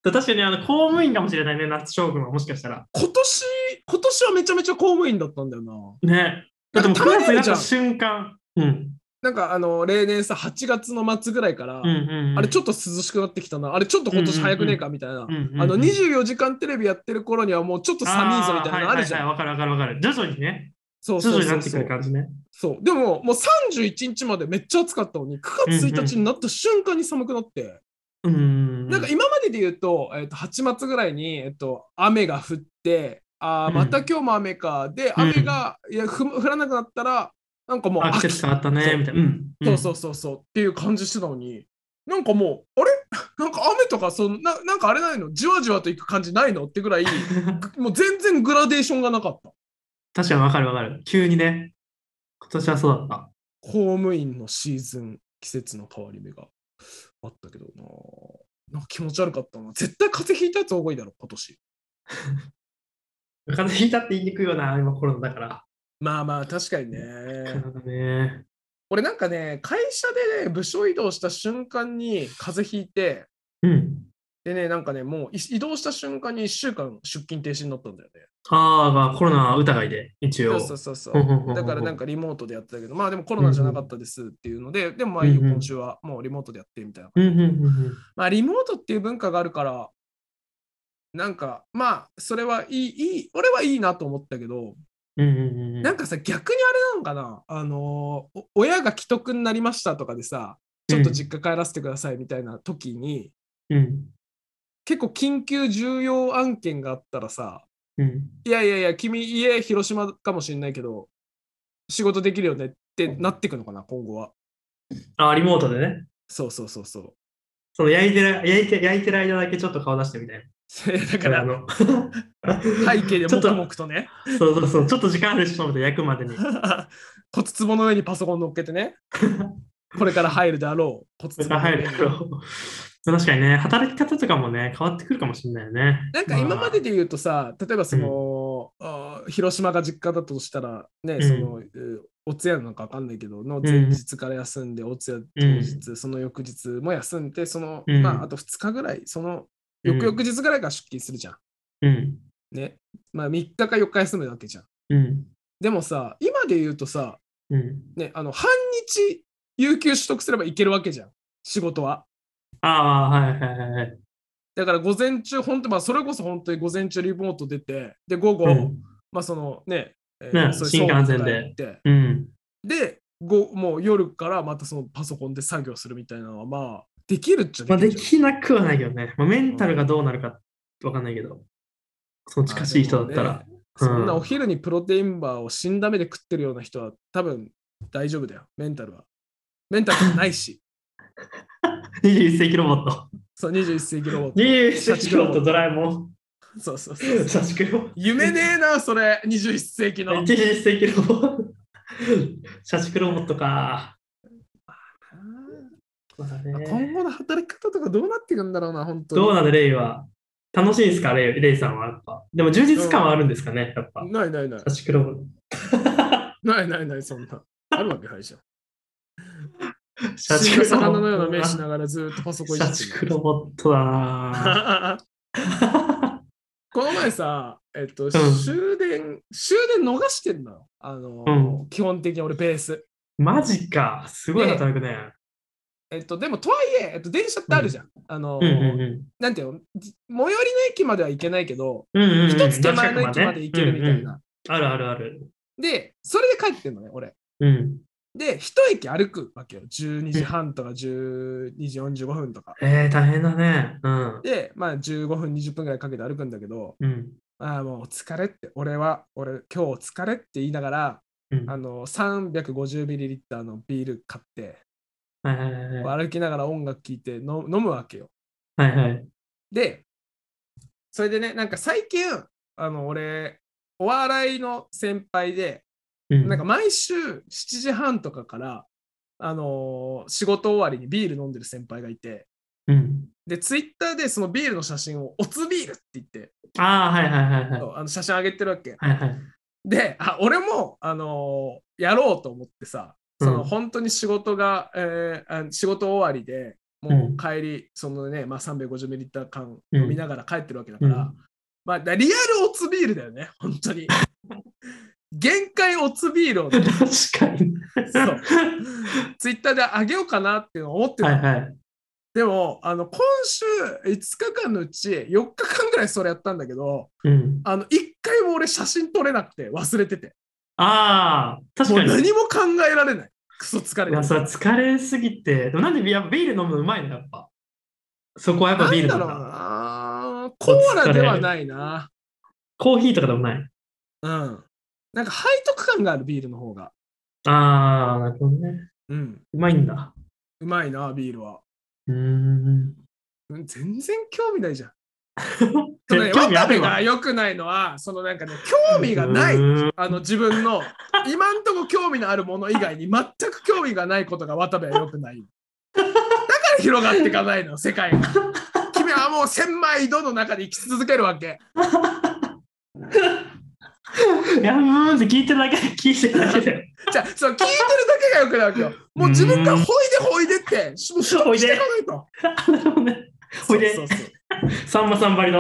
確かにあの公務員かもしれないね、夏将軍はもしかしたら。今年、今年はめちゃめちゃ公務員だったんだよな。ね。だってもうた9まにあ月にるなっじゃんた瞬間。うん。なんかあの、例年さ、8月の末ぐらいから、うんうんうん、あれちょょっっと涼しくなってきたな、あれちょっと今年早くねえかみたいなと、うんうんうん、あの24時間テレビやってる頃にはもうちょっと寒いぞみたいなのあるじゃん。あーはいはいはいわ、かるわかるわかる。徐々にね、そう徐そ々うになそっうてそくるう感じね。そう。でももう31日までめっちゃ暑かったのに、9月1日になった瞬間に寒くなって、うんうん。なんか今までで言うと、えっと8月ぐらいに、えっと雨が降って、あうーんまた今日も雨か、で、雨が、いやふ降らなくなったら、なんかもうあ、季秋節変わったね、みたいな。うん。んそうそうそうそうっていう感じしてたのに、なんかもう、あれなんか雨とかそんな、なんかあれないのじわじわといく感じないのってぐ [laughs] らい、もう全然グラデーションがなかった。確かにわかるわかる。急にね、今年はそうだっ公務員のシーズン、季節の変わり目があったけどな。なんか気持ち悪かったな。絶対風邪ひいたやつ多いだろ、今年。た。風邪ひいたって言いにくいよな、今コロナだから。まあまあ、確かになね。かなかね。俺なんかね、会社でね、部署移動した瞬間に風邪ひいて、うん。でね、なんかね、もうい移動した瞬間に1週間出勤停止になったんだよね。あーまあ、コロナ疑いで、一そう応。そうそうそう。 [laughs] だだからなんかか、リモートでやってたけど、まあでもコロナじゃなかったですっていうので、でもまあいいようんうん今週はもうリモートでやってみたいな。うんうんうんうん。まあリモートっていう文化があるから、なんかまあそれはいい、いい、俺はいいなと思ったけど、うんうんうんうん、なんかさ逆にあれなのかな、あのーお親が既得になりましたとかでさ、ちょっと実家帰らせてくださいみたいな時に、うん、結構緊急重要案件があったらさ、うん、いやいやいや、君家広島かもしれないけど、仕事できるよねってなってくのかな、今後は。あーリモートでね、そうそうそうそう。 [laughs] その焼いてる焼いて焼いてる間だけちょっと顔出してみたいだな。から、あ [laughs] の背景でちょ黙っと々とね、[laughs] [laughs] そうそうそう、ちょっと時間ある人で焼くまでに。こ骨壺の上にパソコン乗っけて [laughs] ね、これから入るであろう、骨れ壺からの上入にるだろう。確かにね、働き方とかもね、変わってくるかもしれないよね。なんか今までで言うとさ、例えばその、あー広島が実家だとしたら、ね、うんその、うお通夜なんかわかんないけど、の前日から休んで、お通夜当日、その翌日も休んで、その、うんまあ、あと2日ぐらい、その、うん翌々日ぐらいから出勤するじゃん。まあうん、ね。まあ、3日か4日休むわけじゃん。うん、でもさ、今で言うとさ、うん。ね、あの半日有給取得すればいけるわけじゃん、仕事は。ああ、はいはいはいはい。だから午前中、本当、まあ、それこそ本当に午前中リモート出て、で、午後、うん、まあ、そのね、えねそういう新幹送迎線で会行って。うん、で、ごもう夜からまたそのパソコンで作業するみたいなのは、まあ、できるっちゃまあ、できでるじきなくはないけどね、まあ、メンタルがどうなるかわかんないけど、そゃのん近しい人だったあらで。もねそんなうんお昼にプロテインバーを死んだ目で食ってるような人は、多分大丈夫だよ、メンタルは。メンタルない [laughs] し、 21世紀ロボット。そう、21世紀ロボット。 21世紀ロボット、ドラえもん。そうそうそう。社畜ロボット。夢ねえな、それ、21世紀の。 21世紀ロボット。社畜ロボットか。まあね今後の働き方とかどうなっていくんだろうな、本当に。どうなの、レイは。楽しいんですか、レイレイさんは。やっぱでも充実感はあるんですかね、やっぱ。ないないない。社畜ロボット。ないないない、そんな。あるわけないじゃん。社死ん畜だロボ魚のようなッ目しトながらずっとパソコンいじだ。社って畜るロボットだな。この前さ、えっと、ん終電、終電逃してんのよ。あの、う基本的に俺ベース。マジか。すごい働くね。えっと、でも、とはいえ、えっと、電車ってあるじゃん。あの、うんうんなんていうの、じ最寄りの駅までは行けないけど、うんうんうんうん。一、つ手前の駅まで行けるみたいな。うんうん。あるあるある。で、それで帰ってんのね、俺。うん。で、一駅歩くわけよ。12時半とか12時45分とか。えー、大変だね。うん。で、まあ15分、20分ぐらいかけて歩くんだけど、うん。ああ、もう疲れって、俺は、俺、今日疲れって言いながら、うん。あの、350ml のビール買って、はいはいはいはい。歩きながら音楽聴いての飲むわけよ。はいはい。で、それでね、なんか最近、あの、俺、お笑いの先輩で、うん。なんか毎週7時半とかから、あのー仕事終わりにビール飲んでる先輩がいて、うん。で、ツイッターでそのビールの写真を、おつビールって言って、ああ、はいはいはいはい。あの写真上げてるわけ。はいはい。で、あ、俺も、あのーやろうと思ってさ、その本当に仕事が、えーあ仕事終わりで、もううん帰り、そのね、まあ、350ミリリッター缶うん飲みながら帰ってるわけだから、うんまあ、だリアルオツビールだよね、本当に。 [laughs] 限界オツビールをね、確かに。 [laughs] そうツイッターであげようかなっていうのを思ってた、はいはい。でもあの今週5日間のうち4日間ぐらいそれやったんだけどうん。あの1回も俺写真撮れなくて忘れててああ、確もうかに。何も考えられないクソ疲れいや、てさ、る疲れすぎて。でもなんでビやっぱビール飲むのうまいのやっぱ。そこはやっぱビールななんんだだろうなコーラではないなコーヒーとかでもない。うんなんか背徳感があるビールの方がああ、なるほどね。うんうまいんだ。うまいなビールはうーん。うん全然興味ないじゃん。そ興のね、渡味あ部るがわ。良くないのは、そのなんかね、興味がないうーんあの自分の今んとこ興味のあるもの以外に全く興味がないことが渡部は良くない。だから広がっていかないの、世界が。君はもう千枚井戸の中で生き続けるわけ。いや、うーんって聞いてるだけ、聞いてるだ [laughs] けで。じゃあ、その聞いてるだけが良くないわけよ。もう自分からほいでほいでって、しもう取得していかないと。なるほどね。ほいでそうそうそうさんまさんばりの。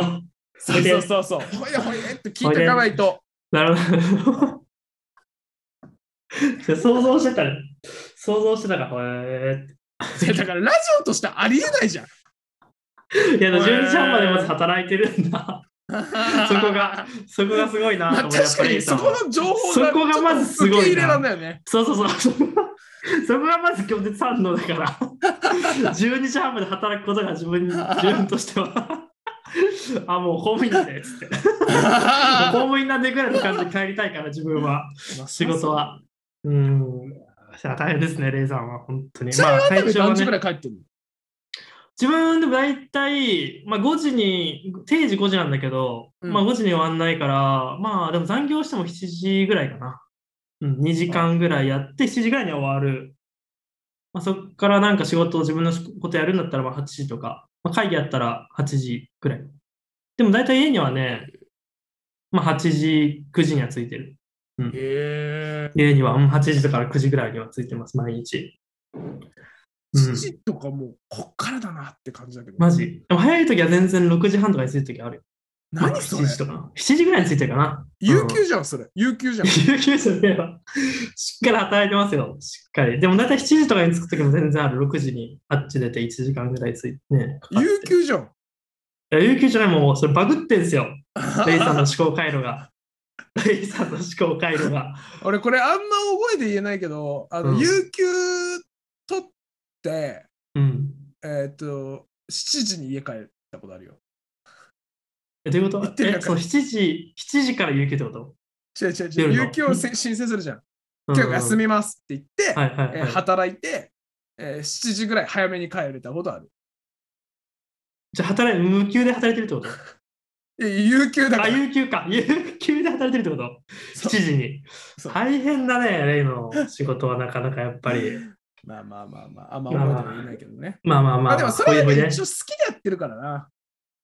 そうそうそうそう。ほいでほいでって聞いていかないと。なるほど。想像してたね。想像してたから、へだからラジオとしてありえないじゃん。えいや、へえ12時半までまず働いてるんだ。 [laughs] そこが、そこがすごいなまあと思って。確かにそこの情報がそこがまずすごいちなょっと受け入れらんないよね。そうそうそう。そこがまず拒絶反応だから。12時 [laughs] 半まで働くことが自分に自分としては。あ、もう公務員なんで、つって。もう公務員なんでぐらいの感じで帰りたいから、自分は。 [laughs] 仕事は。うん。大変ですね、レイさんは、本当に。ちなみに渡体部調は何時ねぐらい帰ってるの自分でも大体、まあ、5時に、定時5時なんだけど、うんまあ5時に終わんないから、まあでも残業しても7時ぐらいかな。うん、2時間ぐらいやって、7時ぐらいには終わる。まあ、そっからなんか仕事を自分のことやるんだったらまあ8時とか、まあ、会議やったら8時ぐらい。でも大体家にはね、まあ8時、9時にはついてる。へえ。家にはうん8時とか9時ぐらいにはついてます、毎日。うん父とかもうこっからだなって感じだけど。マジでも早い時は全然6時半とかに着いてる時あるよ。何それ ?7 時とか。7時ぐらいに着いてるかな。有給じゃん、それ。有給じゃん。有給じゃねえわ。しっかり働いてますよ。しっかり。でも大体7時とかに着く時も全然ある。6時にあっち出て1時間ぐらい着いてね。かかって有給じゃん。いや有給じゃない、もうそれバグってんすよ。 [laughs] レイさんの思考回路が。レイさんの思考回路が。俺これあんま覚えて言えないけど、あの、うん有給取って、うん。えっ、と、7時に家帰ったことあるよ。えどういうこ言っとてるやえんそう ?7 時、7時から有給ってこと違う違う違う。夜の有給をせ申請するじゃん。うん今日休みますって言って、はいはい、はいえー働いて、えー7時ぐらい早めに帰れたことある。じゃあ働い、無給で働いてるってこといや有給だかあ、ら。有給か。有給で働いてるってことそう ?7 時にそう。大変だね、レイの仕事はなかなかやっぱり。まあまあまあまあ、あんま覚えてもいないけどね。まあまあままあ。あでもそれはほいねで一応好きでやってるからな。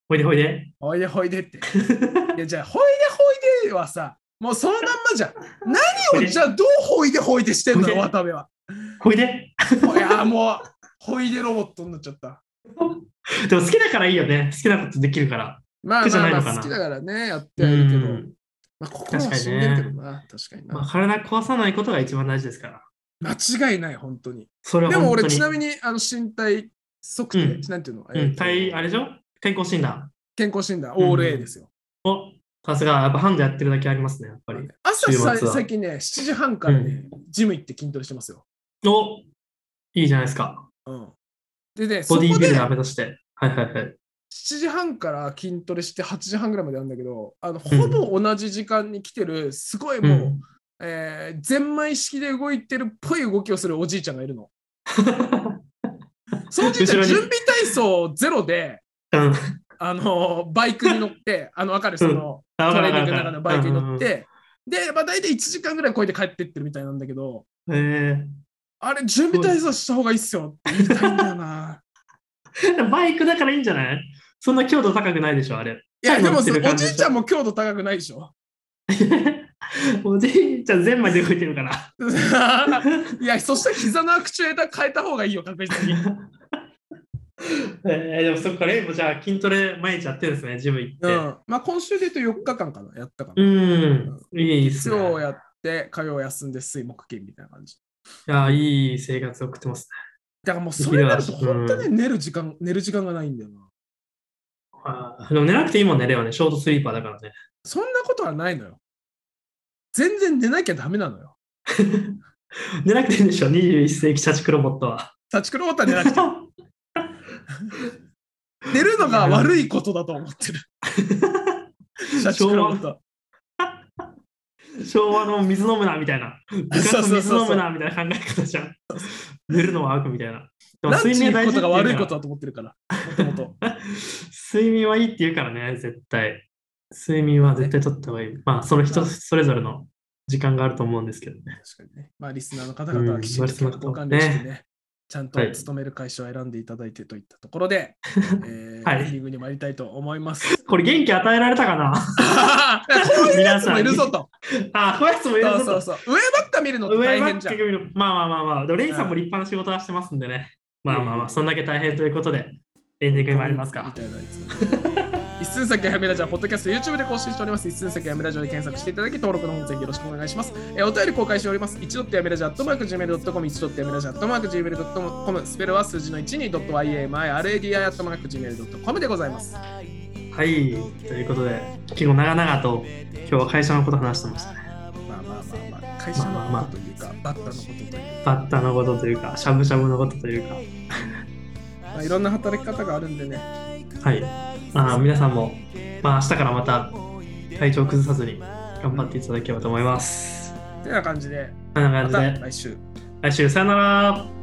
ほいでほいで。ほいでほいでって。ほいでいやじゃあ、ほいでほいではさ、もうそのまんまじゃん。何をじゃあどうほいでほいでしてんほいの、で渡部は。ほいで。いや、もう、ほいでロボットになっちゃった。 [laughs] でも好きだからいいよね。好きなことできるから。まあ苦じゃまなあまいのあかな好きだからね、やってはいるけどう、んまあ、心は死んでるけどな、確かにまあ、な。体壊さないことが一番大事ですから。間違いない、本当に。それはでも本当俺、に。ちなみに、あの、身体測定、うんなんていうの、うえん、ーと体、あれでしょ健康診断。健康診断、うんオール A ですよ。おさすが、やっぱハンデやってるだけありますね、やっぱり。朝週末さは最近ね、7時半からね、ジム行って筋トレしてますよ。おいいじゃないですか。うん、でね、そボこデでィービルダー7目指して。はいはいはい。時半から筋トレして8時半ぐらいまでやるんだけど、あのほぼ同じ時間に来てる、すごいもう、うん [laughs] えーゼンマイ式で動いてるっぽい動きをするおじいちゃんがい [laughs] るの。そのおじいちゃん、後ろに準備体操ゼロで、うん。あのバイクに乗って、あの分かる、そのあトわかレるーニンわグかの中るのバイクに乗っ。て、で、まあ、大体1時間ぐらい超えて帰ってってるみたいなんだけど、うんえあれ、準備体操した方がいいっすよって言いたいんだよ [laughs] な。ーバイクだからいいんじゃないそんな強度高くないでしょ、あれ。 [laughs] いや、でも乗ってそるお感じじでしょいちゃんも強度高くないでしょ。 [laughs] おじいちゃん全枚で動いてるから。いや、そしたら膝のアクチュエーター変えた方がいいよ、確実に。 [laughs] えー、でもそっから、えもじゃあ筋トレ毎日やってるんですね、ジム行って。うん。まあ、今週で言うと4日間かな、やったかな。うん、いいっ月すね。曜やって、火曜休んで、水木金みたいな感じ。いや、いい生活を送ってますね。だからもうそれになると、できるわ本当ね、寝る時間、寝る時間がないんだよな。あーでも寝なくていいもん寝ればね、ショートスリーパーだからね。 [laughs] そんなことはないのよ。全然寝なきゃダメなのよ。寝なくていいんでしょ、21世紀社畜ロボットは。 [laughs] 立ちくろうた寝なくて。寝るのが悪いことだと思ってる。立ちくろうと。昭和の水飲むなみたいな。部活の水飲むなみたいな考え方じゃ [laughs] ん。寝るのは悪みたいな。でもランチに行くことが睡悪眠い大事って言うからことだと思ってるから、もともと。睡眠はいいって言うからね、絶対。睡眠は絶対取った方がいい。まあ、その人それぞれの時間があると思うんですけどね。確かにね。まあ、リスナーの方々はきちんうんと健康管理してね、ちゃんとはい勤める会社を選んでいただいてといったところで、えーはいエンディングに参りたいと思います。これ元気与えられたかなあー [laughs] こういうやつもいるぞと。あ、こういうやつもいるそぞうそうそう。上ばっか見るのって上大ば変っじかゃんり。見るまあまあまあまあ、でもレイさんも立派な仕事はしてますんでね。まあまあまあ、そんだけ大変ということで、エンディングに参りますみか。たいなやつ一寸先はやめラジオはポッドキャスト YouTube で更新しております。一寸先はやめラジオで検索していただき、登録の方ぜひよろしくお願いします。えーお便り公開しております。一度ってやめラジオ、アットマーク Gmail.com、一度ってやめラジオ、アットマーク Gmail.com、スペルは数字の1に .yamiradio、アットマーク Gmail.com でございます。はい、ということで、結構長々と今日は会社のこと話してましたね。まあまあまあまあ、会社のことというか、バッターのことというか、バッタのことというか、しゃぶしゃぶのことというか。まあ、いろんな働き方があるんでね、はい。あー皆さんも、まあ、明日からまた体調崩さずに頑張っていただければと思います。てな感じで、こんなま感じたで、来週。来週さよなら。